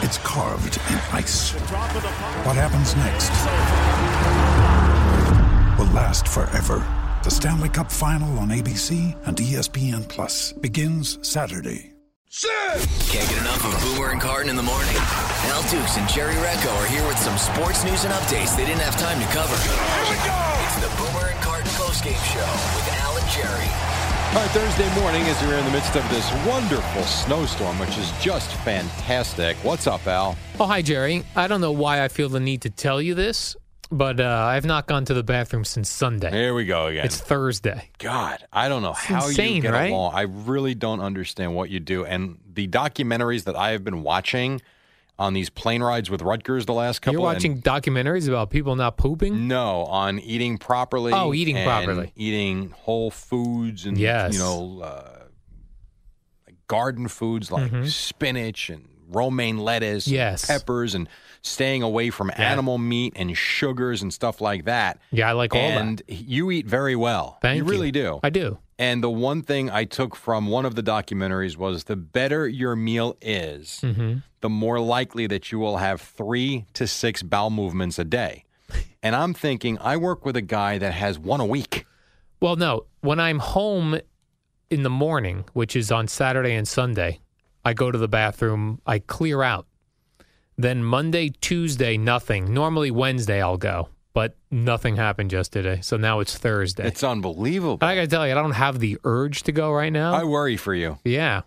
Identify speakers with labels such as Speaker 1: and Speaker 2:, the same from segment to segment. Speaker 1: it's carved in ice. What happens next will last forever. The Stanley Cup Final on ABC and E ESPN Plus begins Saturday.
Speaker 2: Can't get enough of Boomer and Carton in the morning. Al Dukes and Jerry Recco are here with some sports news and updates they didn't have time to cover. Here we go! It's the Boomer and Carton postgame show with Al and Jerry.
Speaker 3: All right, Thursday morning as we're in the midst of this wonderful snowstorm, which is just fantastic. What's up, Al?
Speaker 4: Oh, hi, Jerry. I don't know why I feel the need to tell you this, but uh, I've not gone to the bathroom since Sunday.
Speaker 3: Here we go again.
Speaker 4: It's Thursday.
Speaker 3: God, I don't know how you
Speaker 4: insane,
Speaker 3: get
Speaker 4: right?
Speaker 3: along. I really don't understand what you do. And the documentaries that I have been watching on these plane rides with Rutgers the last couple
Speaker 4: You're watching documentaries about people not pooping?
Speaker 3: and, no on eating properly.
Speaker 4: Oh, eating
Speaker 3: and
Speaker 4: properly.
Speaker 3: Eating whole foods and
Speaker 4: Yes.
Speaker 3: you know uh, like garden foods like
Speaker 4: Mm-hmm.
Speaker 3: spinach and romaine lettuce, and
Speaker 4: Yes.
Speaker 3: peppers, and staying away from animal meat and sugars and stuff like that.
Speaker 4: Yeah, I like all
Speaker 3: and
Speaker 4: that.
Speaker 3: you eat very well.
Speaker 4: Thank
Speaker 3: you
Speaker 4: you.
Speaker 3: really do.
Speaker 4: I do.
Speaker 3: and the one thing I took from one of the documentaries was the better your meal is,
Speaker 4: Mm-hmm.
Speaker 3: the more likely that you will have three to six bowel movements a day. And I'm thinking, I work with a guy that has one a week.
Speaker 4: Well, no. When I'm home in the morning, which is on Saturday and Sunday, I go to the bathroom, I clear out. Then Monday, Tuesday, nothing. Normally Wednesday I'll go, but nothing happened yesterday. So now it's Thursday.
Speaker 3: It's unbelievable.
Speaker 4: I got to tell you, I don't have the urge to go right now.
Speaker 3: I worry for you.
Speaker 4: Yeah.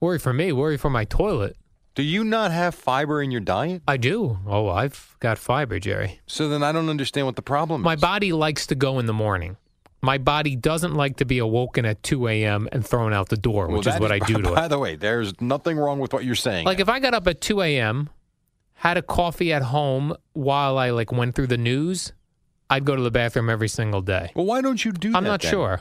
Speaker 4: Worry for me, worry for my toilet.
Speaker 3: Do you not have fiber in your diet?
Speaker 4: I do. Oh, I've got fiber, Jerry.
Speaker 3: So then I don't understand what the problem
Speaker 4: My
Speaker 3: is.
Speaker 4: body likes to go in the morning. My body doesn't like to be awoken at 2 a.m. and thrown out the door,
Speaker 3: Well,
Speaker 4: which
Speaker 3: that
Speaker 4: is what I do to
Speaker 3: By
Speaker 4: it.
Speaker 3: the way, there's nothing wrong with what you're saying.
Speaker 4: Like if I got up at 2 a.m., had a coffee at home while I like went through the news, I'd go to the bathroom every single day.
Speaker 3: well, why don't you do that?
Speaker 4: I'm not
Speaker 3: then?
Speaker 4: sure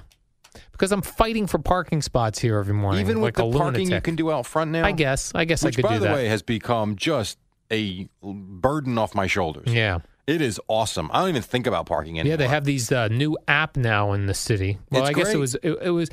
Speaker 4: because I'm fighting for parking spots here every morning.
Speaker 3: Even with
Speaker 4: like
Speaker 3: the
Speaker 4: a
Speaker 3: parking you
Speaker 4: lunatic.
Speaker 3: can do out front now.
Speaker 4: I guess. I guess
Speaker 3: Which,
Speaker 4: I could
Speaker 3: by
Speaker 4: do
Speaker 3: the
Speaker 4: that.
Speaker 3: way, has become just a burden off my shoulders.
Speaker 4: yeah.
Speaker 3: It is awesome. I don't even think about parking anymore.
Speaker 4: Yeah, they have these uh, new app now in the city. Well,
Speaker 3: It's
Speaker 4: I guess
Speaker 3: great.
Speaker 4: it was it, it was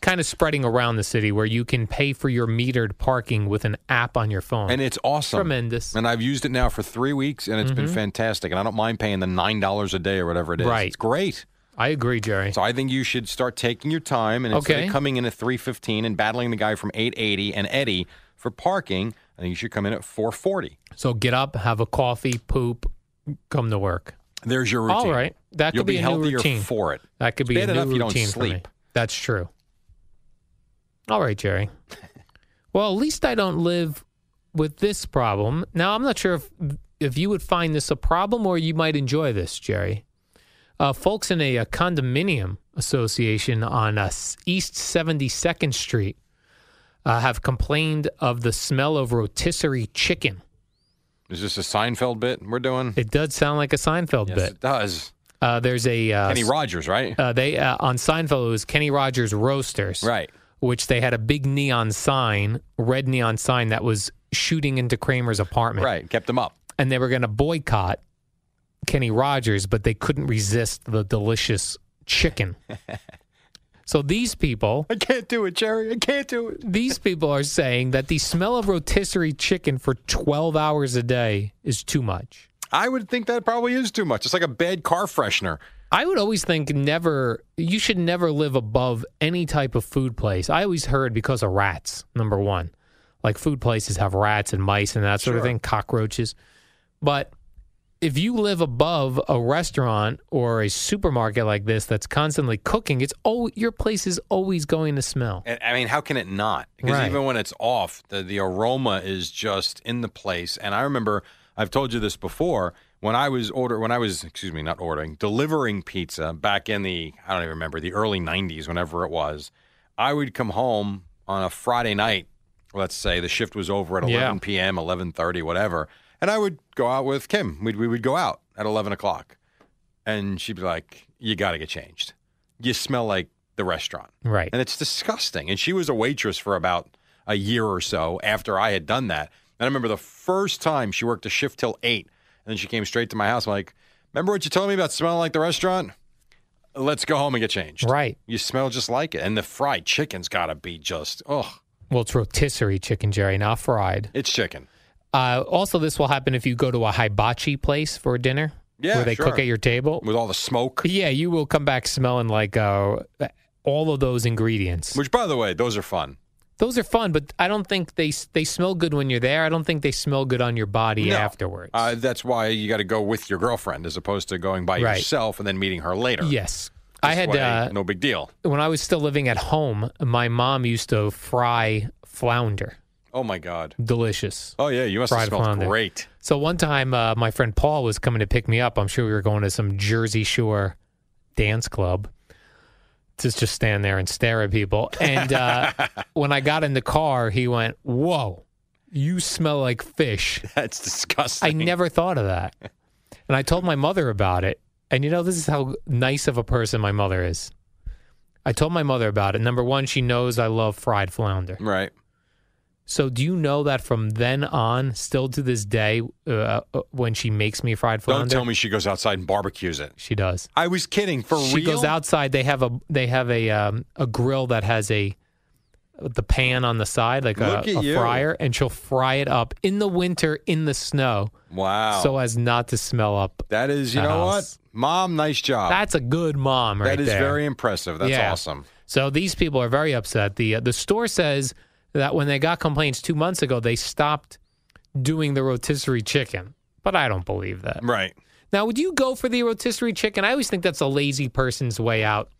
Speaker 4: kind of spreading around the city where you can pay for your metered parking with an app on your phone.
Speaker 3: and it's awesome.
Speaker 4: Tremendous. Mm-hmm.
Speaker 3: And I've used it now for three weeks, and it's been fantastic. And I don't mind paying the nine dollars a day or whatever it is.
Speaker 4: Right.
Speaker 3: It's great.
Speaker 4: I agree, Jerry.
Speaker 3: So I think you should start taking your time and instead
Speaker 4: Okay.
Speaker 3: of coming in at three fifteen and battling the guy from eight eighty and Eddie for parking, I think you should come in at four forty.
Speaker 4: So get up, have a coffee, poop, come to work.
Speaker 3: There's your routine.
Speaker 4: All right, that
Speaker 3: You'll
Speaker 4: could be, a new
Speaker 3: healthier
Speaker 4: routine.
Speaker 3: for it.
Speaker 4: That could be
Speaker 3: Bad
Speaker 4: a new
Speaker 3: enough you
Speaker 4: routine
Speaker 3: don't
Speaker 4: for me.
Speaker 3: sleep.
Speaker 4: That's true. All right, Jerry. Well, at least I don't live with this problem. Now, I'm not sure if if you would find this a problem or you might enjoy this, Jerry. Uh, folks in a, uh condominium association on uh, S- East 72nd Street uh, have complained of the smell of rotisserie chicken.
Speaker 3: Is this a Seinfeld bit we're doing?
Speaker 4: It does sound like a Seinfeld
Speaker 3: yes,
Speaker 4: bit.
Speaker 3: it does.
Speaker 4: Uh, there's a uh,
Speaker 3: Kenny
Speaker 4: s-
Speaker 3: Rogers, right?
Speaker 4: uh, they uh, on Seinfeld it was Kenny Rogers Roasters.
Speaker 3: right.
Speaker 4: which they had a big neon sign, red neon sign that was shooting into Kramer's apartment.
Speaker 3: Right. Kept him up.
Speaker 4: And they were going to boycott Kenny Rogers, but they couldn't resist the delicious chicken. so these people,
Speaker 3: I can't do it, Jerry. I can't do it.
Speaker 4: these people are saying that the smell of rotisserie chicken for 12 hours a day is too much.
Speaker 3: I would think that probably is too much. It's like a bad car freshener.
Speaker 4: I would always think never you should never live above any type of food place. I always heard because of rats, number one. Like food places have rats and mice and that sort of thing, cockroaches. But if you live above a restaurant or a supermarket like this that's constantly cooking, it's oh your place is always going to smell.
Speaker 3: And, I mean, how can it not? Because
Speaker 4: Right.
Speaker 3: even when it's off, the, the aroma is just in the place. And I remember I've told you this before when I was order when I was excuse me not ordering delivering pizza back in the I don't even remember the early '90s whenever it was. I would come home on a Friday night. Let's say the shift was over at 11
Speaker 4: Yeah.
Speaker 3: p.m., 11:30, whatever, and I would go out with Kim. We'd, we would go out at 11 o'clock, and she'd be like, "You got to get changed. You smell like the restaurant."
Speaker 4: Right.
Speaker 3: And it's disgusting. And she was a waitress for about a year or so after I had done that. And I remember the first time she worked a shift till eight, and then she came straight to my house. I'm like, remember what you told me about smelling like the restaurant? Let's go home and get changed.
Speaker 4: Right.
Speaker 3: You smell just like it. And the fried chicken's got to be just, oh,
Speaker 4: Well, it's rotisserie chicken, Jerry, not fried.
Speaker 3: it's chicken.
Speaker 4: Uh, also, this will happen if you go to a hibachi place for dinner,
Speaker 3: Yeah,
Speaker 4: where they cook
Speaker 3: sure.
Speaker 4: at your table.
Speaker 3: With all the smoke.
Speaker 4: Yeah, you will come back smelling like uh, all of those ingredients.
Speaker 3: Which, by the way, those are fun.
Speaker 4: Those are fun, but I don't think they they smell good when you're there. I don't think they smell good on your body
Speaker 3: No.
Speaker 4: afterwards.
Speaker 3: Uh, that's why you got to go with your girlfriend as opposed to going by
Speaker 4: Right.
Speaker 3: yourself and then meeting her later.
Speaker 4: yes, I
Speaker 3: This
Speaker 4: had
Speaker 3: way,
Speaker 4: uh,
Speaker 3: no big deal.
Speaker 4: when I was still living at home. My mom used to fry flounder,
Speaker 3: Oh, my God.
Speaker 4: delicious.
Speaker 3: Oh, yeah. You must have
Speaker 4: Fried
Speaker 3: smelled
Speaker 4: flounder.
Speaker 3: great.
Speaker 4: So one time, uh, my friend Paul was coming to pick me up. I'm sure we were going to some Jersey Shore dance club to just stand there and stare at people. And uh, when I got in the car, he went, "Whoa, you smell like fish."
Speaker 3: That's disgusting.
Speaker 4: I never thought of that. And I told my mother about it. And you know, this is how nice of a person my mother is. I told my mother about it. Number one, she knows I love fried flounder.
Speaker 3: Right.
Speaker 4: So, do you know that from then on, still to this day, uh, uh, when she makes me fried flounder,
Speaker 3: Don't tell me she goes outside and barbecues it.
Speaker 4: she does.
Speaker 3: I was kidding. For
Speaker 4: she
Speaker 3: real?
Speaker 4: goes outside. They have a they have a um, a grill that has a the pan on the side, like a,
Speaker 3: Look at
Speaker 4: a
Speaker 3: you.
Speaker 4: fryer, and she'll fry it up in the winter in the snow,
Speaker 3: Wow.
Speaker 4: so as not to smell up
Speaker 3: that is, you
Speaker 4: The
Speaker 3: know
Speaker 4: house.
Speaker 3: what? Mom, nice job.
Speaker 4: That's a good mom, right
Speaker 3: that is
Speaker 4: there.
Speaker 3: very impressive. That's
Speaker 4: Yeah.
Speaker 3: awesome.
Speaker 4: so these people are very upset. the uh, The store says that when they got complaints two months ago, they stopped doing the rotisserie chicken. But I don't believe that.
Speaker 3: Right.
Speaker 4: Now, would you go for the rotisserie chicken? I always think that's a lazy person's way out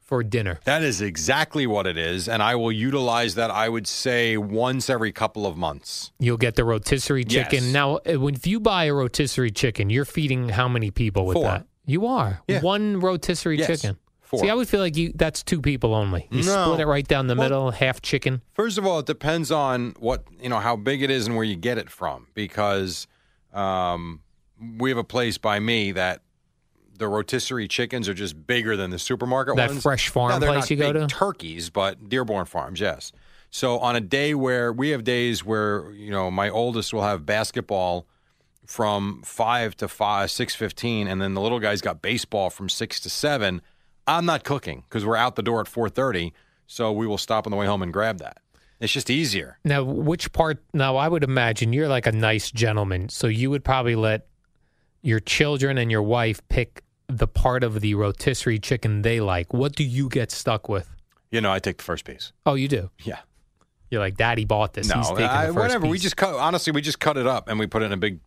Speaker 4: for dinner.
Speaker 3: That is exactly what it is. And I will utilize that, I would say, once every couple of months.
Speaker 4: You'll get the rotisserie
Speaker 3: Yes.
Speaker 4: chicken. Now, uh, when- if you buy a rotisserie chicken, you're feeding how many people with
Speaker 3: Four.
Speaker 4: that? You are
Speaker 3: Yeah.
Speaker 4: one rotisserie
Speaker 3: Yes.
Speaker 4: chicken.
Speaker 3: Four.
Speaker 4: See, I would feel like you—that's two people only. You
Speaker 3: No.
Speaker 4: split it right down the
Speaker 3: Well-
Speaker 4: middle, half chicken.
Speaker 3: First of all, it depends on what you know how big it is and where you get it from. Because um, we have a place by me that the rotisserie chickens are just bigger than the supermarket
Speaker 4: That
Speaker 3: ones.
Speaker 4: fresh farm
Speaker 3: No, they're
Speaker 4: place
Speaker 3: not
Speaker 4: you go
Speaker 3: big
Speaker 4: to?
Speaker 3: Turkeys, but Dearborn Farms, yes. So on a day where we have days where you know my oldest will have basketball from five to five six fifteen, and then the little guy's got baseball from six to seven. I'm not cooking because we're out the door at four thirty, so we will stop on the way home and grab that. It's just easier.
Speaker 4: Now, which part? Now, I would imagine you're like a nice gentleman, so you would probably let your children and your wife pick the part of the rotisserie chicken they like. What do you get stuck with?
Speaker 3: You know, I take the first piece.
Speaker 4: Oh, you do.
Speaker 3: Yeah.
Speaker 4: You're like, Daddy bought this. He's
Speaker 3: No,
Speaker 4: taking
Speaker 3: I,
Speaker 4: the first
Speaker 3: whatever. We
Speaker 4: piece."
Speaker 3: just cut. Honestly, we just cut it up and we put it in a big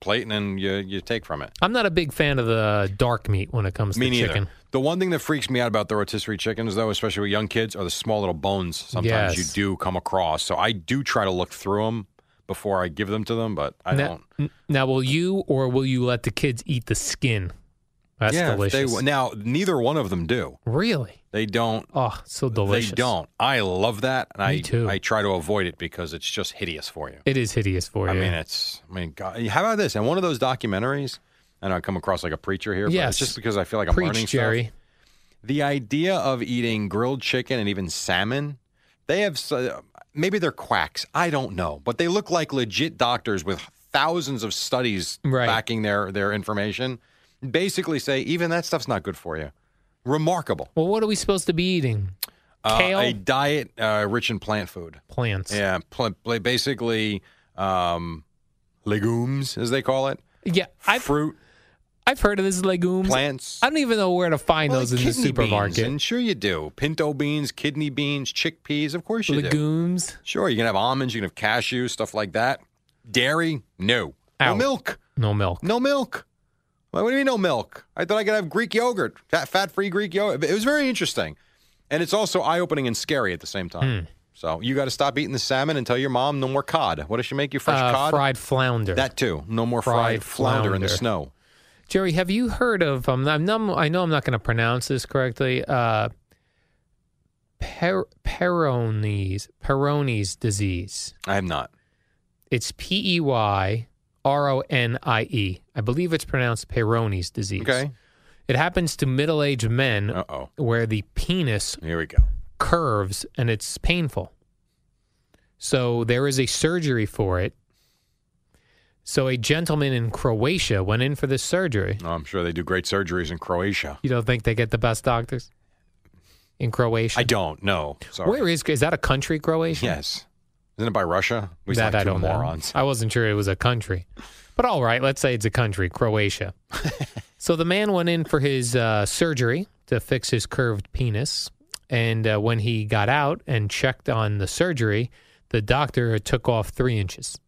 Speaker 3: plate, and then you you take from it.
Speaker 4: I'm not a big fan of the dark meat when it comes
Speaker 3: Me
Speaker 4: to
Speaker 3: neither.
Speaker 4: chicken.
Speaker 3: The one thing that freaks me out about the rotisserie chickens, though, especially with young kids, are the small little bones. Sometimes
Speaker 4: Yes.
Speaker 3: you do come across. So I do try to look through them before I give them to them, but I
Speaker 4: now,
Speaker 3: don't.
Speaker 4: n- now, will you or will you let the kids eat the skin? That's
Speaker 3: yeah, if
Speaker 4: delicious.
Speaker 3: They, now neither one of them do.
Speaker 4: really?
Speaker 3: They don't.
Speaker 4: Oh, so delicious.
Speaker 3: They don't. I love that, and
Speaker 4: Me
Speaker 3: I
Speaker 4: too.
Speaker 3: I try to avoid it because it's just hideous for you.
Speaker 4: It is hideous for
Speaker 3: I
Speaker 4: you.
Speaker 3: mean, it's. I mean, God, how about this? And one of those documentaries, and I come across like a preacher here, but
Speaker 4: Yes.
Speaker 3: it's just because I feel like I'm learning
Speaker 4: Preach, Jerry.
Speaker 3: stuff. The idea of eating grilled chicken and even salmon, they have s- maybe they're quacks. I don't know, but they look like legit doctors with thousands of studies
Speaker 4: Right.
Speaker 3: backing their their information. Basically, say even that stuff's not good for you. Remarkable.
Speaker 4: Well, what are we supposed to be eating?
Speaker 3: Uh,
Speaker 4: Kale?
Speaker 3: a diet uh, rich in plant food.
Speaker 4: Plants.
Speaker 3: Yeah, pl- pl- basically um, legumes, as they call it.
Speaker 4: Yeah, I've
Speaker 3: Fruit,
Speaker 4: I've heard of this legumes.
Speaker 3: plants.
Speaker 4: I don't even know where to find
Speaker 3: Well,
Speaker 4: those
Speaker 3: like
Speaker 4: in the
Speaker 3: kidney beans,
Speaker 4: supermarket.
Speaker 3: and sure you do. Pinto beans, kidney beans, chickpeas. Of course you do.
Speaker 4: legumes.
Speaker 3: Sure, you can have almonds, you can have cashews, stuff like that. Dairy, no. No
Speaker 4: Out.
Speaker 3: milk.
Speaker 4: No milk.
Speaker 3: No milk. Why- What do you mean no milk? I thought I could have Greek yogurt, fat, fat-free Greek yogurt. It was very interesting, and it's also eye-opening and scary at the same
Speaker 4: Hmm.
Speaker 3: time. So you got to stop eating the salmon and tell your mom no more cod. What does she make you fresh
Speaker 4: Uh,
Speaker 3: cod?
Speaker 4: Fried flounder.
Speaker 3: That too. No more fried,
Speaker 4: Fried
Speaker 3: flounder, in the
Speaker 4: flounder.
Speaker 3: snow.
Speaker 4: Jerry, have you heard of? Um, I'm not, I know I'm not going to pronounce this correctly. Uh, per, Peyronie's Peyronie's disease.
Speaker 3: I have not.
Speaker 4: It's P E Y R O N I E. I believe it's pronounced Peyronie's disease.
Speaker 3: Okay.
Speaker 4: It happens to middle-aged men
Speaker 3: Uh oh.
Speaker 4: where the penis
Speaker 3: Here we go.
Speaker 4: curves and it's painful. So there is a surgery for it. So a gentleman in Croatia went in for this surgery.
Speaker 3: Oh, I'm sure they do great surgeries in Croatia.
Speaker 4: You don't think they get the best doctors in Croatia?
Speaker 3: I don't. No. Sorry.
Speaker 4: Where is is that a country, Croatia?
Speaker 3: Yes. Isn't it by Russia? We
Speaker 4: that
Speaker 3: sound
Speaker 4: I
Speaker 3: like two
Speaker 4: don't
Speaker 3: morons.
Speaker 4: know. I wasn't sure it was a country, but all right, let's say it's a country, Croatia. so the man went in for his uh, surgery to fix his curved penis, and uh, when he got out and checked on the surgery, the doctor took off three inches.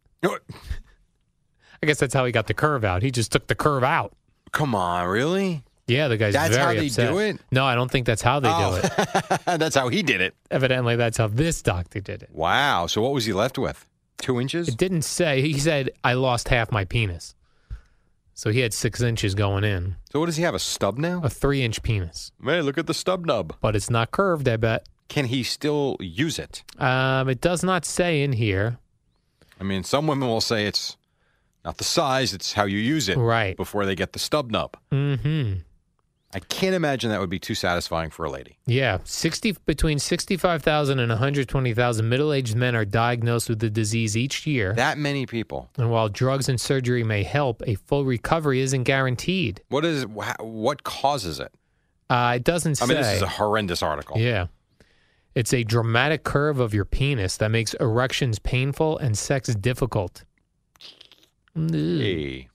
Speaker 4: I guess that's how he got the curve out. He just took the curve out.
Speaker 3: Come on, really?
Speaker 4: Yeah, the guy's
Speaker 3: That's how
Speaker 4: very
Speaker 3: they
Speaker 4: upset.
Speaker 3: do it?
Speaker 4: No, I don't think that's how they
Speaker 3: Oh.
Speaker 4: do it.
Speaker 3: That's how he did it.
Speaker 4: Evidently, that's how this doctor did it.
Speaker 3: Wow. So what was he left with? Two inches?
Speaker 4: It didn't say. He said, I lost half my penis. So he had six inches going in,
Speaker 3: So what does he have? A stub now?
Speaker 4: a three inch penis,
Speaker 3: Hey, look at the stub nub.
Speaker 4: but it's not curved, I bet.
Speaker 3: Can he still use it?
Speaker 4: Um, it does not say in here.
Speaker 3: I mean, some women will say it's not the size, it's how you use it.
Speaker 4: Right.
Speaker 3: Before they get the stub nub.
Speaker 4: hmm
Speaker 3: I can't imagine that would be too satisfying for a lady.
Speaker 4: Yeah. 60, between 65,000 and 120,000 middle aged men are diagnosed with the disease each year.
Speaker 3: That many people.
Speaker 4: and while drugs and surgery may help, a full recovery isn't guaranteed.
Speaker 3: What is wha- what causes it?
Speaker 4: Uh, it doesn't say.
Speaker 3: I mean, this is a horrendous article.
Speaker 4: Yeah. It's a dramatic curve of your penis that makes erections painful and sex difficult.
Speaker 3: Hey.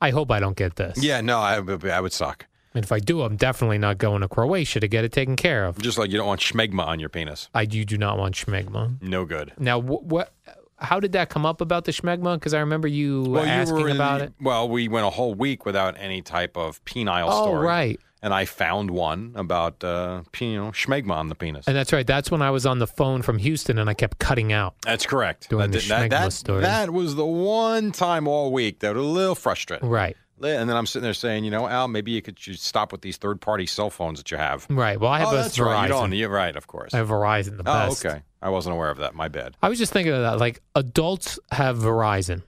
Speaker 4: I hope I don't get this.
Speaker 3: Yeah, no, I, would- I would suck.
Speaker 4: And if I do, I'm definitely not going to Croatia to get it taken care of.
Speaker 3: Just like you don't want schmegma on your penis.
Speaker 4: I you do not want schmegma.
Speaker 3: No good.
Speaker 4: Now, wh- what? How did that come up about the schmegma? Because I remember you asking about
Speaker 3: the-
Speaker 4: it.
Speaker 3: Well, we went a whole week without any type of penile
Speaker 4: Oh,
Speaker 3: story.
Speaker 4: right.
Speaker 3: And I found one about uh, pe- you know, schmegma on the penis.
Speaker 4: And that's right. That's when I was on the phone from Houston and I kept cutting out.
Speaker 3: That's correct.
Speaker 4: Doing the
Speaker 3: did- that,
Speaker 4: schmegma
Speaker 3: that-
Speaker 4: story.
Speaker 3: that was the one time all week that was a little frustrating.
Speaker 4: Right.
Speaker 3: And then I'm sitting there saying, you know, Al, maybe you could just stop with these third party cell phones that you have.
Speaker 4: Right. Well, I have
Speaker 3: oh,
Speaker 4: a
Speaker 3: that's
Speaker 4: Verizon.
Speaker 3: right. You don't. You're right, of course.
Speaker 4: I have Verizon, the
Speaker 3: oh,
Speaker 4: best.
Speaker 3: okay. I wasn't aware of that. My bad.
Speaker 4: I was just thinking of that. Like adults have Verizon.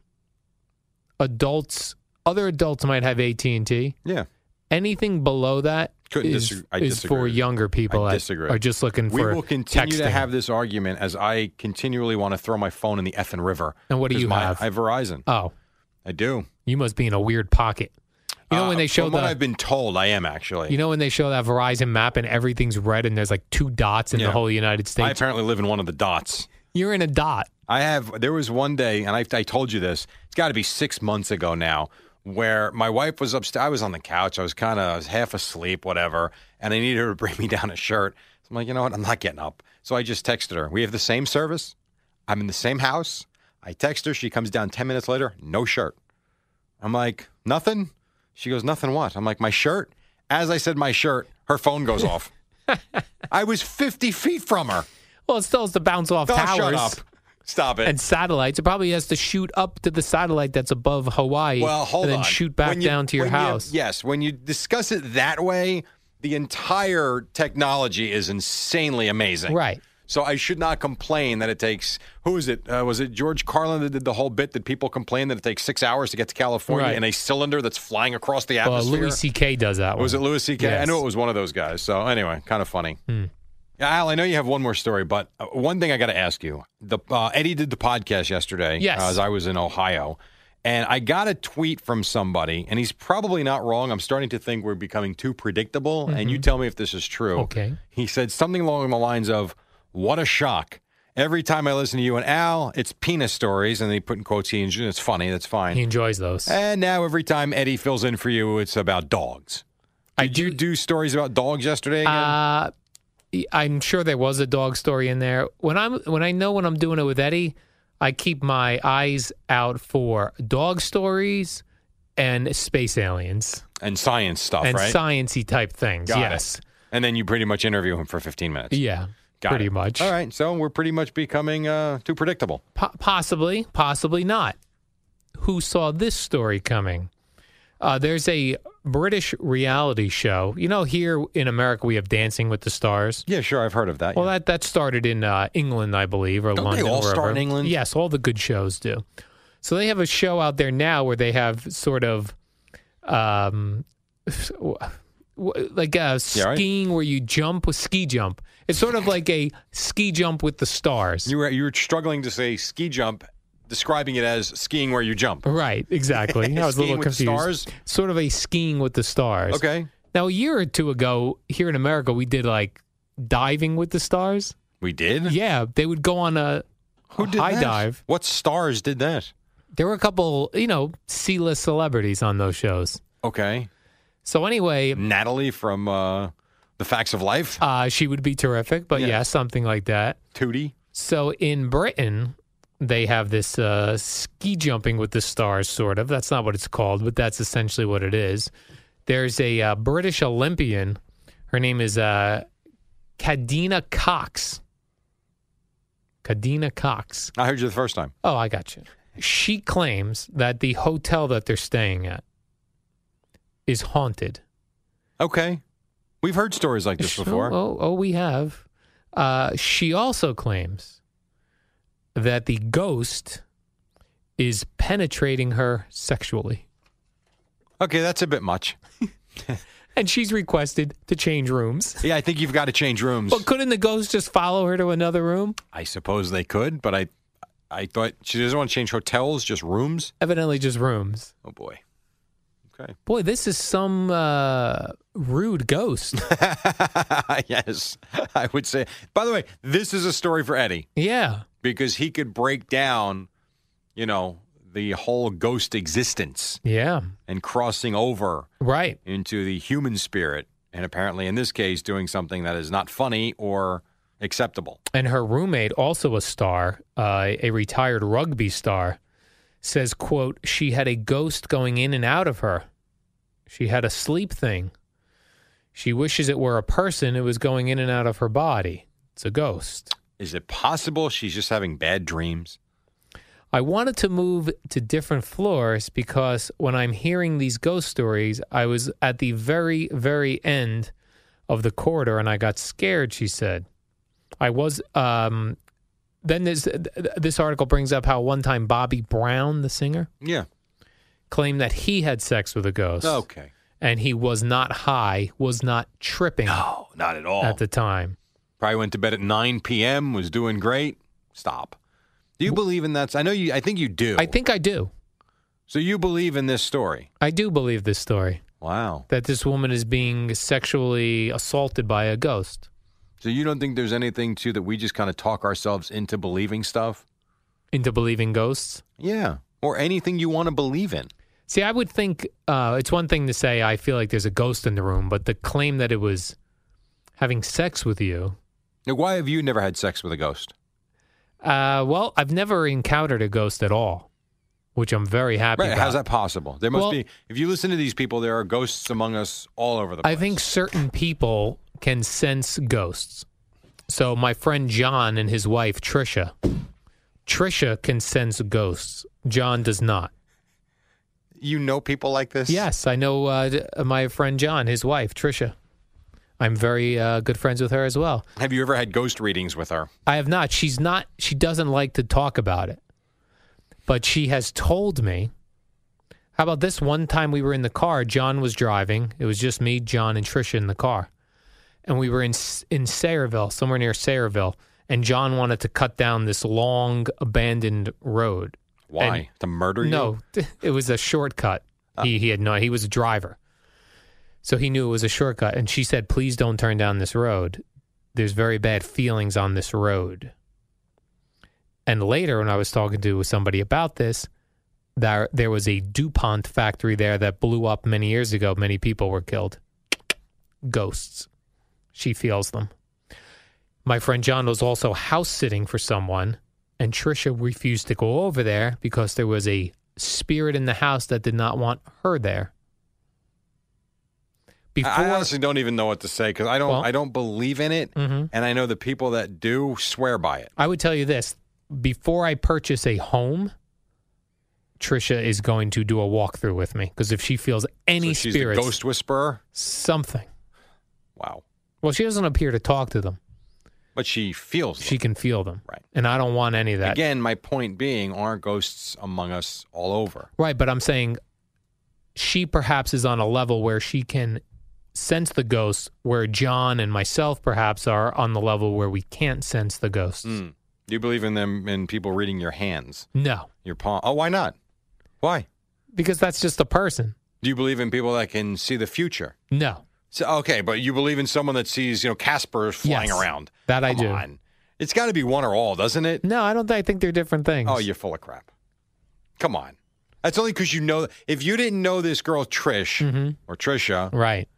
Speaker 4: Adults, other adults might have AT and T.
Speaker 3: Yeah.
Speaker 4: Anything below that
Speaker 3: Couldn't
Speaker 4: is,
Speaker 3: disagree- I
Speaker 4: is for
Speaker 3: disagree.
Speaker 4: younger people
Speaker 3: I
Speaker 4: that
Speaker 3: disagree.
Speaker 4: are just looking
Speaker 3: We
Speaker 4: for
Speaker 3: will continue
Speaker 4: texting.
Speaker 3: to have this argument as I continually want to throw my phone in the effing river.
Speaker 4: And what do
Speaker 3: 'Cause
Speaker 4: you
Speaker 3: my-
Speaker 4: have?
Speaker 3: I have Verizon.
Speaker 4: Oh,
Speaker 3: I do.
Speaker 4: you must be in a weird pocket. You know
Speaker 3: Uh,
Speaker 4: when they show
Speaker 3: from
Speaker 4: the
Speaker 3: what I've been told, I am actually.
Speaker 4: you know when they show that Verizon map and everything's red and there's like two dots in the
Speaker 3: Yeah.
Speaker 4: whole United
Speaker 3: I
Speaker 4: States.
Speaker 3: apparently live in one of the dots.
Speaker 4: You're in a dot.
Speaker 3: I have. There was one day, and I, I told you this. It's got to be six months ago now, where my wife was upstairs. I was on the couch. I was kind of half asleep, whatever, and I needed her to bring me down a shirt. So I'm like, you know what? I'm not getting up. So I just texted her. We have the same service. I'm in the same house. I text her. She comes down ten minutes later. No shirt. I'm like, nothing. She goes, nothing. What? I'm like, my shirt. As I said, my shirt. Her phone goes off. I was 50 feet from her.
Speaker 4: Well, it still has to bounce off
Speaker 3: Oh,
Speaker 4: towers
Speaker 3: shut up. Stop it.
Speaker 4: and satellites. It probably has to shoot up to the satellite that's above Hawaii.
Speaker 3: Well, hold
Speaker 4: and then
Speaker 3: on.
Speaker 4: shoot back
Speaker 3: When you-
Speaker 4: down to your
Speaker 3: when you-
Speaker 4: house.
Speaker 3: yes, when you discuss it that way, the entire technology is insanely amazing.
Speaker 4: Right.
Speaker 3: So I should not complain that it takes. Who is it? Uh, was it George Carlin that did the whole bit that people complain that it takes six hours to get to California
Speaker 4: Right.
Speaker 3: in a cylinder that's flying across the
Speaker 4: Well,
Speaker 3: atmosphere?
Speaker 4: Louis C.K. does that one.
Speaker 3: was it Louis C.K.? I
Speaker 4: Yes. Hmm.
Speaker 3: know it was one of those guys. So anyway, kind of funny. Yeah, Al, I know you have one more story, but uh, one thing I got to ask you: the uh, Eddie did the podcast yesterday. uh,
Speaker 4: Yes.
Speaker 3: as I was in Ohio, and I got a tweet from somebody, and he's probably not wrong. I'm starting to think we're becoming too predictable, and you tell me if this is true.
Speaker 4: Mm-hmm. Okay.
Speaker 3: He said something along the lines of, "What a shock." Every time I listen to you and Al, it's penis stories, and they put in quotes. He enjoys- It's funny. That's fine.
Speaker 4: He enjoys those.
Speaker 3: And now every time Eddie fills in for you, it's about dogs.
Speaker 4: I
Speaker 3: Did you do stories about dogs yesterday? Again?
Speaker 4: Uh, I'm sure there was a dog story in there. When I'm when I know when I'm doing it with Eddie, I keep my eyes out for dog stories and space aliens
Speaker 3: and science stuff,
Speaker 4: and
Speaker 3: right?
Speaker 4: sciency type things.
Speaker 3: Got it.
Speaker 4: yes.
Speaker 3: And then you pretty much interview him for 15 minutes.
Speaker 4: Yeah.
Speaker 3: Got
Speaker 4: pretty
Speaker 3: it.
Speaker 4: much.
Speaker 3: All right. So we're pretty much becoming uh, too predictable.
Speaker 4: Po- possibly, possibly not. Who saw this story coming? Uh, there's a British reality show. You know, here in America, we have Dancing with the Stars.
Speaker 3: Yeah, sure. I've heard of that.
Speaker 4: Well,
Speaker 3: yeah.
Speaker 4: that that started in uh, England, I believe, or
Speaker 3: Don't they
Speaker 4: London.
Speaker 3: all
Speaker 4: wherever.
Speaker 3: start in England?
Speaker 4: Yes, all the good shows do. So they have a show out there now where they have sort of, um, w- w- like a
Speaker 3: Yeah, right.
Speaker 4: skiing where you jump with ski jump. It's sort of like a ski jump with the stars.
Speaker 3: you were you were struggling to say ski jump, describing it as skiing where you jump.
Speaker 4: Right, exactly. I was a
Speaker 3: Skiing
Speaker 4: little
Speaker 3: with the
Speaker 4: confused.
Speaker 3: stars?
Speaker 4: Sort of a skiing with the stars.
Speaker 3: Okay.
Speaker 4: Now, a year or two ago, here in America, we did like diving with the stars.
Speaker 3: We did.
Speaker 4: Yeah, they would go on a
Speaker 3: Who did
Speaker 4: high
Speaker 3: that?
Speaker 4: dive.
Speaker 3: What stars did that?
Speaker 4: There were a couple, you know, C-list celebrities on those shows.
Speaker 3: Okay.
Speaker 4: So anyway,
Speaker 3: Natalie from uh, the Facts of Life.
Speaker 4: uh, she would be terrific, but
Speaker 3: Yeah.
Speaker 4: yeah. something like that.
Speaker 3: Tootie.
Speaker 4: So in Britain, they have this uh, ski jumping with the stars, sort of. That's not what it's called, but that's essentially what it is. There's a uh, British Olympian. Her name is uh, Kadina Cox. Kadina Cox.
Speaker 3: I heard you the first time.
Speaker 4: Oh, I got you. She claims that the hotel that they're staying at is haunted.
Speaker 3: Okay. We've heard stories like this
Speaker 4: Sure.
Speaker 3: before.
Speaker 4: Oh, oh, we have. Uh, she also claims that the ghost is penetrating her sexually,
Speaker 3: Okay, that's a bit much.
Speaker 4: and she's requested to change rooms.
Speaker 3: Yeah, I think you've got to change rooms.
Speaker 4: But couldn't the ghost just follow her to another room?
Speaker 3: I suppose they could, but I, I thought she doesn't want to change hotels, just rooms.
Speaker 4: Evidently, just rooms.
Speaker 3: Oh boy. Okay.
Speaker 4: Boy, this is some uh, rude ghost.
Speaker 3: yes, I would say. By the way, this is a story for Eddie
Speaker 4: yeah,
Speaker 3: because he could break down, you know, the whole ghost existence
Speaker 4: yeah,
Speaker 3: and crossing over
Speaker 4: right.
Speaker 3: into the human spirit, and apparently in this case, doing something that is not funny or acceptable.
Speaker 4: And her roommate, also a star, uh, a retired rugby star, says, "quote She had a ghost going in and out of her. She had a sleep thing. She wishes it were a person. It was going in and out of her body. It's a ghost."
Speaker 3: Is it possible she's just having bad dreams?
Speaker 4: I wanted to move to different floors because when I'm hearing these ghost stories, I was at the very, very end of the corridor and I got scared, she said. I was, um, then this, th- th- this article brings up how one time Bobby Brown, the singer,
Speaker 3: Yeah.
Speaker 4: claimed that he had sex with a ghost
Speaker 3: Oh, Okay.
Speaker 4: and he was not high, was not tripping
Speaker 3: Oh, not at all.
Speaker 4: at the time.
Speaker 3: Probably went to bed at 9 p.m. Was doing great. Stop. Do you believe in that? I know you. I think you do.
Speaker 4: I think I do.
Speaker 3: so. You believe in this story?
Speaker 4: I do believe this story
Speaker 3: Wow.
Speaker 4: that this woman is being sexually assaulted by a ghost.
Speaker 3: So you don't think there's anything to that we just kind of talk ourselves into believing stuff?
Speaker 4: into believing ghosts.
Speaker 3: Yeah. Or anything you want to believe in.
Speaker 4: See, I would think uh, it's one thing to say I feel like there's a ghost in the room, but the claim that it was having sex with you.
Speaker 3: Now, why have you never had sex with a ghost?
Speaker 4: Uh, well, I've never encountered a ghost at all, which I'm very happy
Speaker 3: Right.
Speaker 4: about.
Speaker 3: How's that possible? There must
Speaker 4: Well-
Speaker 3: be. If you listen to these people, there are ghosts among us all over the place.
Speaker 4: I think certain people can sense ghosts. So my friend John and his wife Trisha, Trisha can sense ghosts. John does not.
Speaker 3: you know people like this.
Speaker 4: Yes, I know uh, d- my friend John, his wife Trisha. I'm very uh, good friends with her as well.
Speaker 3: Have you ever had ghost readings with her?
Speaker 4: I have not. She's not. She doesn't like to talk about it, but she has told me. How about this? One time we were in the car. John was driving. It was just me, John, and Trisha in the car, and we were in S- in Sayreville, somewhere near Sayreville. And John wanted to cut down this long abandoned road.
Speaker 3: Why?
Speaker 4: And-
Speaker 3: to murder you? Ah.
Speaker 4: No, it was a shortcut. He he had no. He was a driver, so he knew it was a shortcut. And she said, "Please don't turn down this road. There's very bad feelings on this road." And later, when I was talking to somebody about this, there there was a Dupont factory there that blew up many years ago. Many people were killed. Ghosts. She feels them. My friend John was also house sitting for someone and Trisha refused to go over there because there was a spirit in the house that did not want her there. Before,
Speaker 3: I honestly don't even know what to say because I don't
Speaker 4: Well-
Speaker 3: I don't believe in it,
Speaker 4: Mhm.
Speaker 3: and I know the people that do swear by it.
Speaker 4: I would tell you this: before I purchase a home, Trisha is going to do a walkthrough with me because if she feels any
Speaker 3: so she's the
Speaker 4: spirits,
Speaker 3: ghost whisperer.
Speaker 4: something.
Speaker 3: Wow,
Speaker 4: Well, she doesn't appear to talk to them.
Speaker 3: but she feels
Speaker 4: She
Speaker 3: them.
Speaker 4: can feel them,
Speaker 3: Right.
Speaker 4: And I don't want any of that.
Speaker 3: Again, my point being, aren't ghosts among us all over?
Speaker 4: Right, but I'm saying she perhaps is on a level where she can sense the ghosts, where John and myself perhaps are on the level where we can't sense the ghosts.
Speaker 3: Mm. Do you believe in them in people reading your hands,
Speaker 4: No,
Speaker 3: your palm? Oh, why not? Why?
Speaker 4: because that's just a person.
Speaker 3: Do you believe in people that can see the future?
Speaker 4: No,
Speaker 3: So, okay, but you believe in someone that sees, you know, Casper flying
Speaker 4: Yes.
Speaker 3: around.
Speaker 4: that I
Speaker 3: Come
Speaker 4: do.
Speaker 3: on. It's got to be one or all, doesn't it?
Speaker 4: No, I don't. Think, I think they're different things.
Speaker 3: Oh, you're full of crap. Come on. That's only because you know. If you didn't know this girl Trish
Speaker 4: Mm-hmm.
Speaker 3: or Trisha,
Speaker 4: right.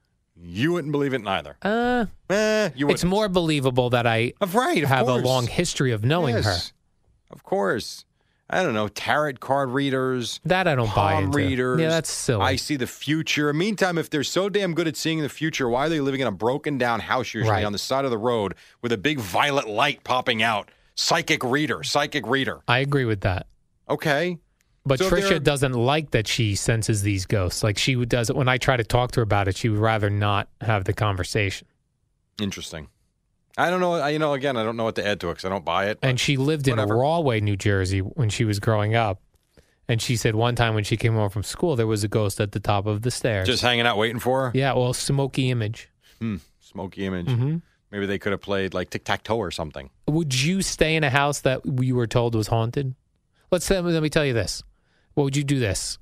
Speaker 3: you wouldn't believe it neither.
Speaker 4: Uh,
Speaker 3: Eh, you
Speaker 4: it's
Speaker 3: wouldn't.
Speaker 4: more believable that I
Speaker 3: Of right. Of
Speaker 4: have a
Speaker 3: course.
Speaker 4: long history of knowing
Speaker 3: Yes. Of course. I don't know tarot card readers.
Speaker 4: her. That I don't buy
Speaker 3: palm
Speaker 4: into.
Speaker 3: readers.
Speaker 4: Yeah, that's silly.
Speaker 3: I see the future. Meantime, if they're so damn good at seeing the future, why are they living in a broken down house usually
Speaker 4: Right.
Speaker 3: on the side of the road with a big violet light popping out? Psychic reader, psychic reader.
Speaker 4: I agree with that.
Speaker 3: Okay.
Speaker 4: But
Speaker 3: So if they're-
Speaker 4: Trisha doesn't like that she senses these ghosts. Like she would- does it when I try to talk to her about it, she would rather not have the conversation.
Speaker 3: Interesting. I don't know. I, you know, again, I don't know what to add to it because I don't buy it. but-
Speaker 4: And she lived
Speaker 3: whatever.
Speaker 4: in Rahway, New Jersey when she was growing up. And she said one time when she came home from school, there was a ghost at the top of the stairs.
Speaker 3: just hanging out waiting for her.
Speaker 4: yeah, well, smoky image.
Speaker 3: Hmm. Smoky image.
Speaker 4: hmm
Speaker 3: Maybe they could have played like tic tac toe or something.
Speaker 4: Would you stay in a house that you were told was haunted? Let's say, let me tell you this. What would you do this?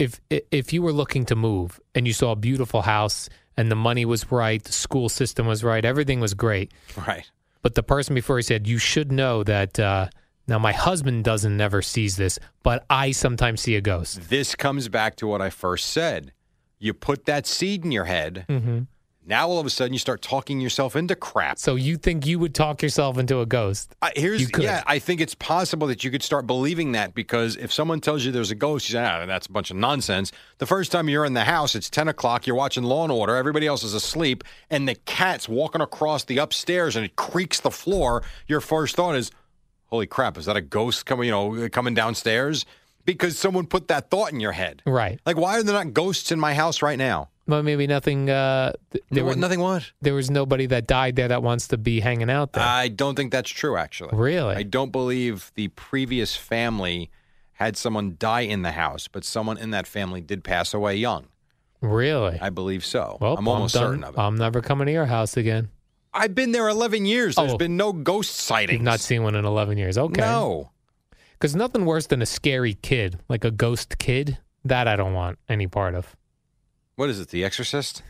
Speaker 4: If i- if you were looking to move and you saw a beautiful house and the money was right, the school system was right, everything was great,
Speaker 3: Right.
Speaker 4: But the person before he said, "You should know that." Uh, now my husband doesn't never sees this, but I sometimes see a ghost.
Speaker 3: This comes back to what I first said. You put that seed in your head.
Speaker 4: Mm-hmm.
Speaker 3: Now all of a sudden you start talking yourself into crap.
Speaker 4: So you think you would talk yourself into a ghost?
Speaker 3: I, here's
Speaker 4: You could.
Speaker 3: yeah, I think it's possible that you could start believing that because if someone tells you there's a ghost, you say, ah, that's a bunch of nonsense. The first time you're in the house, it's ten o'clock, you're watching Law and Order, everybody else is asleep, and the cat's walking across the upstairs and it creaks the floor. Your first thought is, Holy crap, is that a ghost coming, you know, coming downstairs? Because someone put that thought in your head.
Speaker 4: Right.
Speaker 3: Like, why are there not ghosts in my house right now?
Speaker 4: Well, maybe nothing. Uh, th- there
Speaker 3: There
Speaker 4: were
Speaker 3: was nothing what?
Speaker 4: there was nobody that died there that wants to be hanging out there.
Speaker 3: I don't think that's true, actually.
Speaker 4: Really?
Speaker 3: I don't believe the previous family had someone die in the house, but someone in that family did pass away young.
Speaker 4: really?
Speaker 3: I believe so.
Speaker 4: well, Um,
Speaker 3: I'm almost
Speaker 4: done.
Speaker 3: certain of it.
Speaker 4: I'm never coming to your house again.
Speaker 3: I've been there 11 years. There's
Speaker 4: Oh.
Speaker 3: been no ghost sightings.
Speaker 4: You've not seen one in 11 years. Okay.
Speaker 3: No.
Speaker 4: Because nothing worse than a scary kid, like a ghost kid. That I don't want any part of.
Speaker 3: What is it, The Exorcist?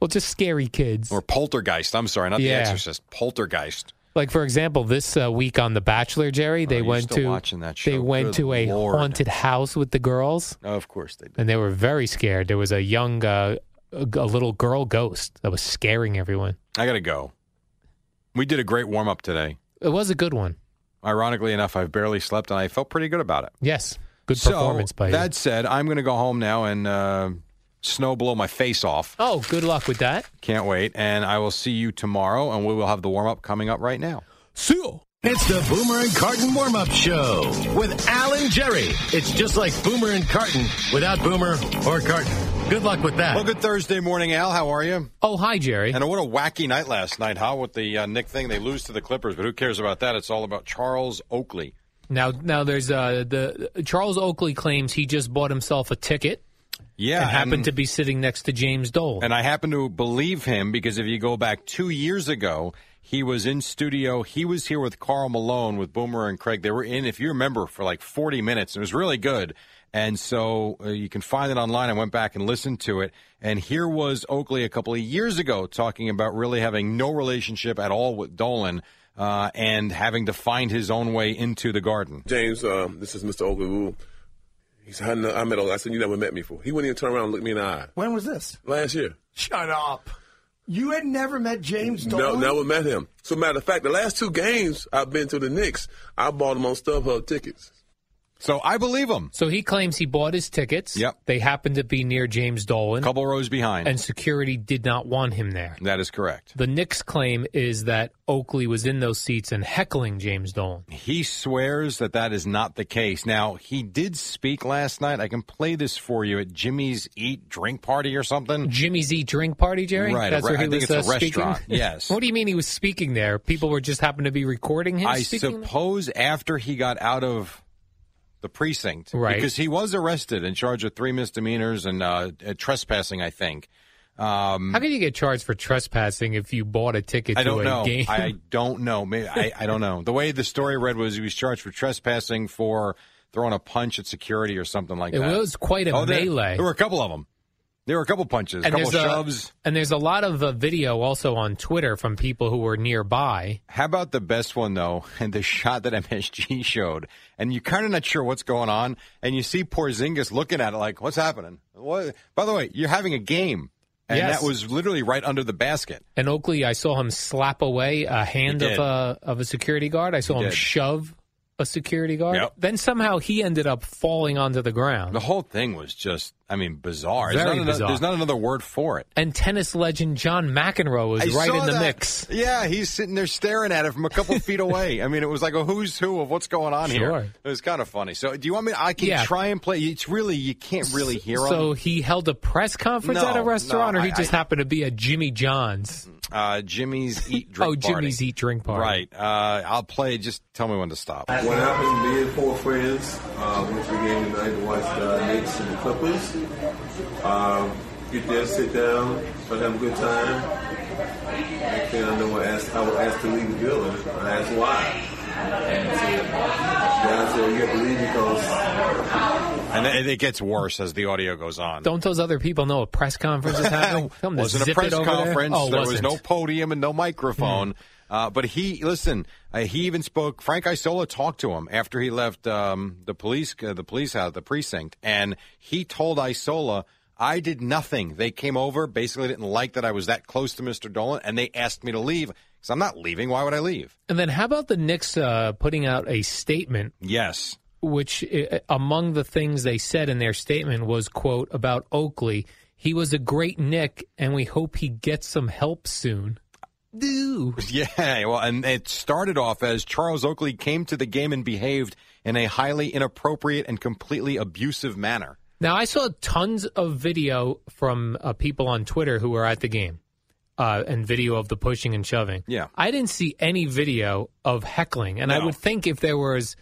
Speaker 4: Well, just scary kids.
Speaker 3: Or Poltergeist. I'm sorry, not
Speaker 4: Yeah.
Speaker 3: The Exorcist. Poltergeist.
Speaker 4: Like for example, this uh, week on The Bachelor, Jerry,
Speaker 3: Oh,
Speaker 4: they
Speaker 3: you're
Speaker 4: went
Speaker 3: still
Speaker 4: to
Speaker 3: watching that
Speaker 4: they
Speaker 3: show.
Speaker 4: went
Speaker 3: Good
Speaker 4: to a
Speaker 3: Lord.
Speaker 4: haunted house with the girls,
Speaker 3: Oh, of course they did.
Speaker 4: and they were very scared. There was a young, uh, a, a little girl ghost that was scaring everyone.
Speaker 3: I got to go. We did a great warm up today.
Speaker 4: It was a good one.
Speaker 3: Ironically enough, I've barely slept and I felt pretty good about it.
Speaker 4: Yes, good
Speaker 3: so,
Speaker 4: performance by
Speaker 3: That said, I'm going to go home now and uh, snow blow my face off.
Speaker 4: you. Oh, good luck with that.
Speaker 3: Can't wait. And I will see you tomorrow, and we will have the warm up coming up right now.
Speaker 4: See you.
Speaker 5: It's the Boomer and Carton warm up show with Al and Jerry. It's just like Boomer and Carton without Boomer or Carton. Good luck with that.
Speaker 3: Well, good Thursday morning, Al. How are you?
Speaker 4: Oh, hi, Jerry.
Speaker 3: And what a wacky night last night, huh? With the uh, Nick thing, they lose to the Clippers, but who cares about that? It's all about Charles Oakley.
Speaker 4: Now, now there's uh, the Charles Oakley claims he just bought himself a ticket
Speaker 3: Yeah,
Speaker 4: and happened to be sitting next to James Dole.
Speaker 3: And I happen to believe him because if you go back two years ago, he was in studio. He was here with Carl Malone, with Boomer and Craig. They were in, if you remember, for like 40 minutes. It was really good. And so uh, you can find it online. I went back and listened to it. And here was Oakley a couple of years ago talking about really having no relationship at all with Dolan uh, and having to find his own way into the garden.
Speaker 6: James, uh, this is Mr. Oakley Rule. He said, I, kn- I met Oakley. I said, you never met me before. He wouldn't even turn around and look me in the eye.
Speaker 7: When was this?
Speaker 6: Last year.
Speaker 7: Shut up. You had never met James
Speaker 6: No,
Speaker 7: Dolan?
Speaker 6: never met him. So matter of fact, the last two games I've been to the Knicks, I bought them on StubHub tickets.
Speaker 3: So I believe him.
Speaker 4: So he claims he bought his tickets.
Speaker 3: Yep.
Speaker 4: They happened to be near James Dolan,
Speaker 3: couple rows behind.
Speaker 4: and security did not want him there.
Speaker 3: that is correct.
Speaker 4: The Knicks' claim is that Oakley was in those seats and heckling James Dolan.
Speaker 3: He swears that that is not the case. Now, he did speak last night. I can play this for you at Jimmy's Eat Drink Party or something.
Speaker 4: Jimmy's Eat Drink Party, Jerry?
Speaker 3: Right,
Speaker 4: That's
Speaker 3: a re-
Speaker 4: where he
Speaker 3: I
Speaker 4: was
Speaker 3: think it's a
Speaker 4: uh, speaking?
Speaker 3: restaurant, yes.
Speaker 4: what do you mean he was speaking there? People were just happened to be recording him
Speaker 3: I
Speaker 4: speaking?
Speaker 3: suppose after he got out of the precinct,
Speaker 4: Right.
Speaker 3: Because he was arrested and charged with three misdemeanors and uh, uh, trespassing, I think. Um,
Speaker 4: How can you get charged for trespassing if you bought a ticket
Speaker 3: I
Speaker 4: to
Speaker 3: don't
Speaker 4: a
Speaker 3: know.
Speaker 4: game?
Speaker 3: I don't know. Maybe I, I don't know. The way the story read was he was charged for trespassing for throwing a punch at security or something like
Speaker 4: It
Speaker 3: that.
Speaker 4: was quite a
Speaker 3: Oh, there,
Speaker 4: melee.
Speaker 3: There were a couple of them. There were a couple punches, a couple shoves.
Speaker 4: A, and there's a lot of uh, video also on Twitter from people who were nearby.
Speaker 3: How about the best one though, and the shot that MSG showed, and you're kind of not sure what's going on, and you see Porzingis looking at it like, "What's happening?" What? By the way, you're having a game, and
Speaker 4: Yes.
Speaker 3: that was literally right under the basket.
Speaker 4: And Oakley, I saw him slap away a hand
Speaker 3: He
Speaker 4: of
Speaker 3: did.
Speaker 4: a of a security guard. I saw him
Speaker 3: did.
Speaker 4: shove a security guard.
Speaker 3: Yep.
Speaker 4: Then somehow he ended up falling onto the ground.
Speaker 3: The whole thing was just, I mean, bizarre. there's,
Speaker 4: Very
Speaker 3: not
Speaker 4: bizarre.
Speaker 3: Another, there's not another word for it.
Speaker 4: and tennis legend John McEnroe was
Speaker 3: I
Speaker 4: right
Speaker 3: saw
Speaker 4: in the
Speaker 3: that.
Speaker 4: mix.
Speaker 3: Yeah, he's sitting there staring at it from a couple feet away. I mean, it was like a who's who of what's going on
Speaker 4: Sure.
Speaker 3: here. It was kind of funny. So, do you want me? I can
Speaker 4: Yeah.
Speaker 3: try and play. It's really you can't really hear him.
Speaker 4: So he held a press conference
Speaker 3: No,
Speaker 4: at a
Speaker 3: no,
Speaker 4: restaurant, or he
Speaker 3: I-
Speaker 4: just
Speaker 3: I-
Speaker 4: happened to be at Jimmy John's.
Speaker 3: Uh, Jimmy's Eat Drink
Speaker 4: oh,
Speaker 3: Party.
Speaker 4: Jimmy's Eat Drink Party.
Speaker 3: Right. Uh, I'll play. Just tell me when to stop.
Speaker 8: What happened being four friends, uh, went to the game tonight to watch the Knicks and the Clippers. Um, get there, sit down, try to have a good time. Next thing I know, I, asked, I was asked to leave the building. I asked why. And she said, "Yeah, I said, you have to leave because
Speaker 3: And it, it gets worse as the audio goes on.
Speaker 4: Don't those other people know a press conference is happening? Tell them to
Speaker 3: wasn't a
Speaker 4: zip
Speaker 3: press
Speaker 4: it over there.
Speaker 3: conference.
Speaker 4: Oh,
Speaker 3: there was
Speaker 4: wasn't. Hmm.
Speaker 3: no podium and no microphone. Uh, but he listen. Uh, he even spoke. Frank Isola talked to him after he left um, the police, uh, the police house, the precinct, and he told Isola, "I did nothing. They came over, basically didn't like that I was that close to Mr. Dolan, and they asked me to leave because I'm not leaving. Why would I leave?
Speaker 4: And then how about the Knicks uh, putting out a statement
Speaker 3: Yes,
Speaker 4: which uh, among the things they said in their statement was quote about Oakley, he was a great Nick and we hope he gets some help soon. Do.
Speaker 3: Yeah, well, and it started off as Charles Oakley came to the game and behaved in a highly inappropriate and completely abusive manner.
Speaker 4: Now I saw tons of video from uh, people on Twitter who were at the game. Uh, and video of the pushing and shoving.
Speaker 3: Yeah.
Speaker 4: I didn't see any video of heckling. And I
Speaker 3: No.
Speaker 4: would think if there was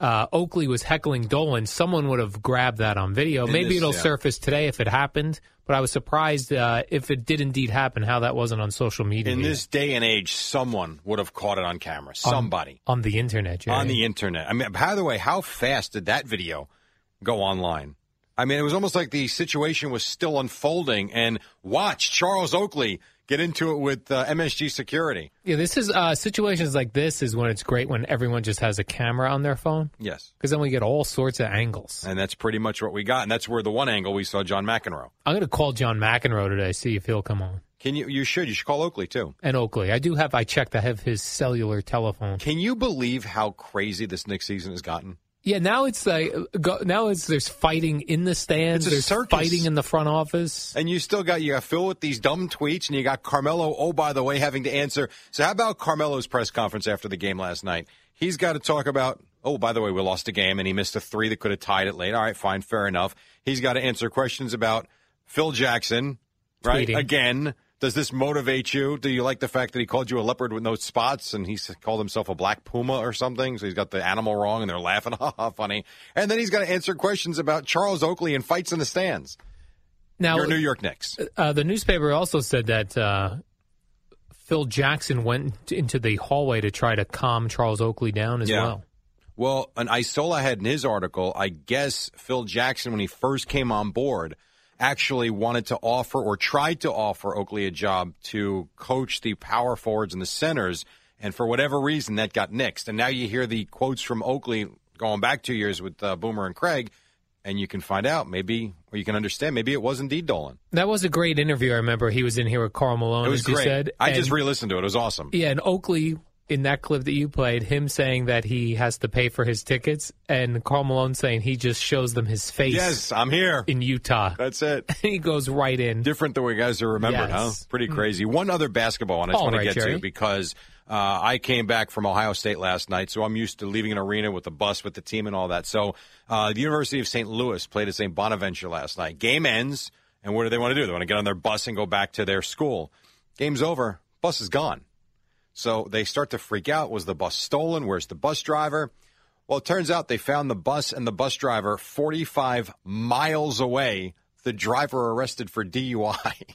Speaker 4: uh, Oakley was heckling Dolan, someone would have grabbed that on video.
Speaker 3: In
Speaker 4: Maybe
Speaker 3: this-
Speaker 4: it'll
Speaker 3: yeah.
Speaker 4: surface today if it happened, but I was surprised uh, if it did indeed happen, how that wasn't on social media.
Speaker 3: In this day and age, someone would have caught it on camera. Somebody
Speaker 4: on the internet, Jerry.
Speaker 3: on the internet. I mean, by the way, how fast did that video go online? I mean, it was almost like the situation was still unfolding. And watch Charles Oakley get into it with uh, MSG security.
Speaker 4: yeah, this is uh, situations like this is when it's great when everyone just has a camera on their phone
Speaker 3: Yes.
Speaker 4: because then we get all sorts of angles.
Speaker 3: And that's pretty much what we got. And that's where the one angle we saw John McEnroe.
Speaker 4: I'm going to call John McEnroe today see if he'll come on.
Speaker 3: Can you? You should. You should call Oakley too.
Speaker 4: And Oakley, I do have I checked. I have his cellular telephone.
Speaker 3: Can you believe how crazy this Knicks season has gotten?
Speaker 4: Yeah, now it's like go, now it's there's fighting in the stands.
Speaker 3: It's a
Speaker 4: there's
Speaker 3: circus.
Speaker 4: fighting in the front office.
Speaker 3: And you still got you got Phil with these dumb tweets, and you got Carmelo. Oh, by the way, having to answer. So how about Carmelo's press conference after the game last night? He's got to talk about. Oh, by the way, we lost a game, and he missed a three that could have tied it late. All right, fine, fair enough. He's got to answer questions about Phil Jackson, right?
Speaker 4: Tweeting.
Speaker 3: Again, does this motivate you? Do you like the fact that he called you a leopard with no spots, and he s- called himself a black puma or something? So he's got the animal wrong, and they're laughing, ha ha, funny. And then he's got to answer questions about Charles Oakley and fights in the stands.
Speaker 4: Now
Speaker 3: Your New York Knicks.
Speaker 4: Uh, the newspaper also said that uh, Phil Jackson went into the hallway to try to calm Charles Oakley down as
Speaker 3: Yeah.
Speaker 4: well.
Speaker 3: Well, an Isola had in his article, I guess Phil Jackson, when he first came on board, actually wanted to offer or tried to offer Oakley a job to coach the power forwards and the centers. And for whatever reason, that got nixed. And now you hear the quotes from Oakley going back two years with uh, Boomer and Craig. and you can find out maybe, or you can understand maybe it was indeed Dolan.
Speaker 4: That was a great interview. I remember he was in here with Carl Malone.
Speaker 3: It was
Speaker 4: as you
Speaker 3: great.
Speaker 4: said,
Speaker 3: I
Speaker 4: and-
Speaker 3: just re-listened to it. It was awesome.
Speaker 4: Yeah, and Oakley in that clip that you played, him saying that he has to pay for his tickets, and Carl Malone saying he just shows them his face
Speaker 3: Yes, I'm here.
Speaker 4: in Utah.
Speaker 3: That's it.
Speaker 4: he goes right in.
Speaker 3: Different the way guys are remembered,
Speaker 4: Yes. Mm.
Speaker 3: huh? Pretty crazy. One other basketball one I just
Speaker 4: All
Speaker 3: want
Speaker 4: right,
Speaker 3: to get
Speaker 4: Jerry.
Speaker 3: to because uh, I came back from Ohio State last night, so I'm used to leaving an arena with the bus, with the team, and all that. So uh, the University of St. Louis played at St. Bonaventure last night. Game ends, and what do they want to do? They want to get on their bus and go back to their school. Game's over. Bus is gone. So they start to freak out. Was the bus stolen? Where's the bus driver? Well, it turns out they found the bus and the bus driver 45 miles away. The driver arrested for DUI.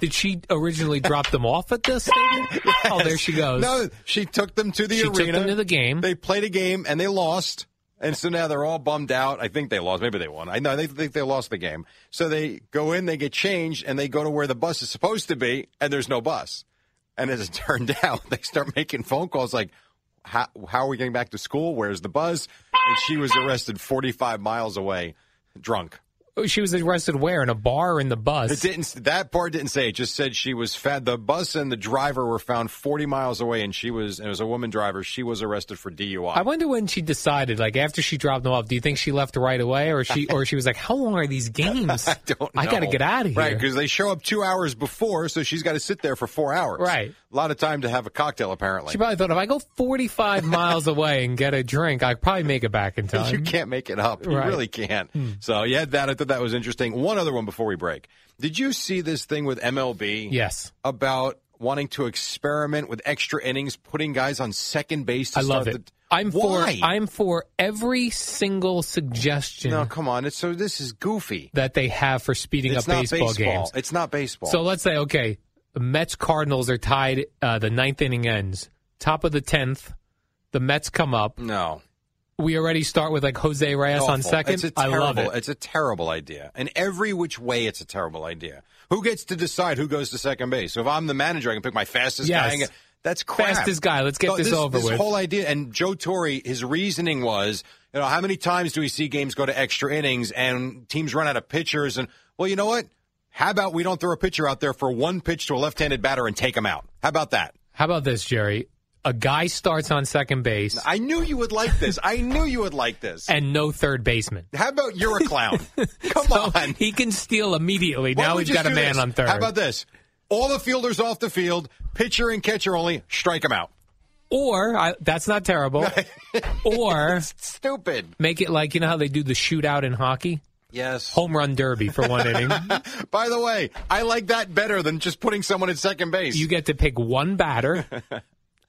Speaker 4: Did she originally drop them off at this? stadium? Oh, there she goes.
Speaker 3: No, she took them to the
Speaker 4: She
Speaker 3: arena.
Speaker 4: took them to the game.
Speaker 3: They played a game and they lost. And so now they're all bummed out. I think they lost. Maybe they won. I know they think they lost the game. So they go in, they get changed, and they go to where the bus is supposed to be, and there's no bus. And as it turned out, they start making phone calls like, how, how are we getting back to school? Where's the bus? And she was arrested 45 miles away, drunk.
Speaker 4: Oh, She was arrested where? In a bar or in the bus?
Speaker 3: It didn't. That part didn't say. It just said she was fed. The bus and the driver were found 40 miles away, and she was. And it was a woman driver. She was arrested for DUI.
Speaker 4: I wonder when she decided. Like after she dropped them off, do you think she left right away, or she, or she was like, "How long are these games?
Speaker 3: I don't. Know.
Speaker 4: I got to get out of here."
Speaker 3: Right, because they show up two hours before, so she's got to sit there for four hours.
Speaker 4: Right.
Speaker 3: A lot of time to have a cocktail, apparently.
Speaker 4: she probably thought if I go 45 miles away and get a drink, I could probably make it back in time.
Speaker 3: You can't make it up. You
Speaker 4: Right. Hmm.
Speaker 3: really can't. So yeah, that I thought that was interesting. One other one before we break. Did you see this thing with MLB?
Speaker 4: Yes.
Speaker 3: About wanting to experiment with extra innings, putting guys on second base. To
Speaker 4: I love
Speaker 3: start
Speaker 4: it.
Speaker 3: The,
Speaker 4: I'm
Speaker 3: Why?
Speaker 4: for I'm for every single suggestion
Speaker 3: No, come on. It's so this is goofy.
Speaker 4: that they have for speeding
Speaker 3: It's
Speaker 4: up
Speaker 3: not
Speaker 4: baseball,
Speaker 3: baseball.
Speaker 4: games.
Speaker 3: It's not baseball.
Speaker 4: So let's say okay, Mets Cardinals are tied. Uh, the ninth inning ends. Top of the tenth, the Mets come up.
Speaker 3: no.
Speaker 4: We already start with like Jose Reyes on
Speaker 3: Awful.
Speaker 4: second.
Speaker 3: It's a
Speaker 4: I
Speaker 3: terrible,
Speaker 4: love it.
Speaker 3: It's a terrible idea. In every which way, it's a terrible idea. Who gets to decide who goes to second base? So if I'm the manager, I can pick my fastest
Speaker 4: Yes.
Speaker 3: guy. and get- That's crap.
Speaker 4: Fastest guy. Let's get
Speaker 3: No,
Speaker 4: this over with.
Speaker 3: This whole idea. And Joe Torre, his reasoning was, you know, how many times do we see games go to extra innings and teams run out of pitchers? And well, you know what? How about we don't throw a pitcher out there for one pitch to a left-handed batter and take him out? How about that?
Speaker 4: How about this, Jerry? A guy starts on second base
Speaker 3: I knew you would like this. I knew you would like this.
Speaker 4: and no third baseman.
Speaker 3: How about you're a clown? Come
Speaker 4: So
Speaker 3: on.
Speaker 4: he can steal immediately.
Speaker 3: Why
Speaker 4: now
Speaker 3: don't we
Speaker 4: he's
Speaker 3: just
Speaker 4: got a
Speaker 3: do
Speaker 4: man
Speaker 3: this?
Speaker 4: on third.
Speaker 3: How about this? All the fielders off the field, pitcher and catcher only, strike them out.
Speaker 4: or I, that's not terrible. or
Speaker 3: Stupid.
Speaker 4: make it like you know how they do the shootout in hockey,
Speaker 3: Yes.
Speaker 4: home run derby for one inning.
Speaker 3: By the way, I like that better than just putting someone at second base.
Speaker 4: You get to pick one batter,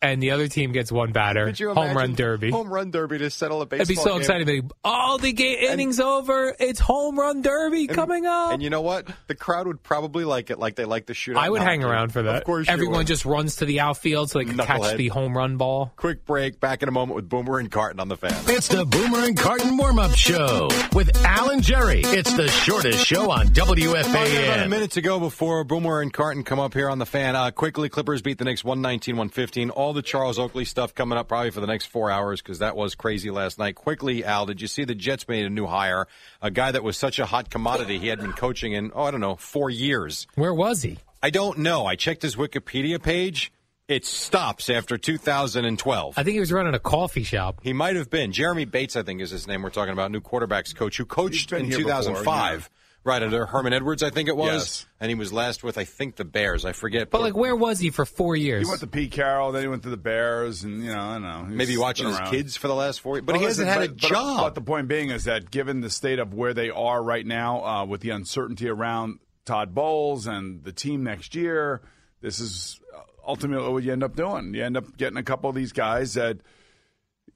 Speaker 4: and the other team gets one batter.
Speaker 3: Could you
Speaker 4: home run
Speaker 3: imagine
Speaker 4: derby.
Speaker 3: Home run derby to settle a baseball
Speaker 4: It'd be so
Speaker 3: game?
Speaker 4: exciting. They'd be, Oh, the game innings over. It's home run derby coming up.
Speaker 3: And you know what? The crowd would probably like it like they like the shootout.
Speaker 4: I would
Speaker 3: in
Speaker 4: hang
Speaker 3: hockey.
Speaker 4: around for that.
Speaker 3: Of course you
Speaker 4: everyone
Speaker 3: would.
Speaker 4: just runs to the outfield so they can catch
Speaker 3: Knucklehead.
Speaker 4: the home run ball.
Speaker 3: Quick break. Back in a moment with Boomer and Carton on the fan.
Speaker 5: It's the Boomer and Carton warm up show with Al and Jerry. It's the shortest show on
Speaker 3: Talking About a
Speaker 5: WFAN.
Speaker 3: minute to go before Boomer and Carton come up here on the fan. Uh, quickly, Clippers beat the Knicks 119 115. All the Charles Oakley stuff coming up probably for the next four hours because that was crazy last night. Quickly, Al, did you see the Jets made a new hire? A guy that was such a hot commodity. He had been coaching in, oh, I don't know, four years.
Speaker 4: Where was he?
Speaker 3: I don't know. I checked his Wikipedia page. It stops after 2012.
Speaker 4: I think he was running a coffee shop.
Speaker 3: He might have been. Jeremy Bates, I think, is his name. We're talking about new quarterbacks coach who coached
Speaker 6: been
Speaker 3: in
Speaker 6: here before,
Speaker 3: 2005. Right under Herman Edwards, I think it was,
Speaker 6: Yes.
Speaker 3: and he was last with I think the Bears. I forget,
Speaker 4: But like, where was he for four years?
Speaker 9: He went to Pete Carroll, then he went to the Bears, and you know, I don't know. he's
Speaker 3: maybe watching
Speaker 9: been
Speaker 3: his
Speaker 9: around.
Speaker 3: kids for the last four. But
Speaker 9: Well,
Speaker 3: he hasn't
Speaker 9: listen,
Speaker 3: had a
Speaker 9: but- but-
Speaker 3: job.
Speaker 9: But the point being is that given the state of where they are right now, uh, with the uncertainty around Todd Bowles and the team next year, this is uh, ultimately what you end up doing. You end up getting a couple of these guys that.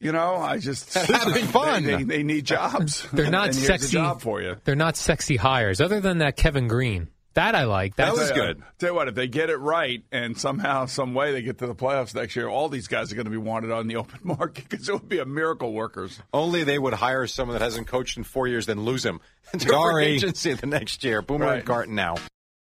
Speaker 9: You know, I just
Speaker 3: having fun.
Speaker 9: They, they, they need jobs.
Speaker 4: They're not
Speaker 9: and here's
Speaker 4: sexy.
Speaker 9: A job for you.
Speaker 4: They're not sexy hires, other than that Kevin Green. That I like. That's
Speaker 3: was
Speaker 9: Tell you-
Speaker 3: good.
Speaker 9: Tell you what, if they get it right and somehow, some way, they get to the playoffs next year, all these guys are going to be wanted on the open market because it would be a miracle workers.
Speaker 3: Only they would hire someone that hasn't coached in four years, then lose him to free
Speaker 9: Sorry.
Speaker 3: agency the next year. Boomer
Speaker 9: Right.
Speaker 3: and Carton now.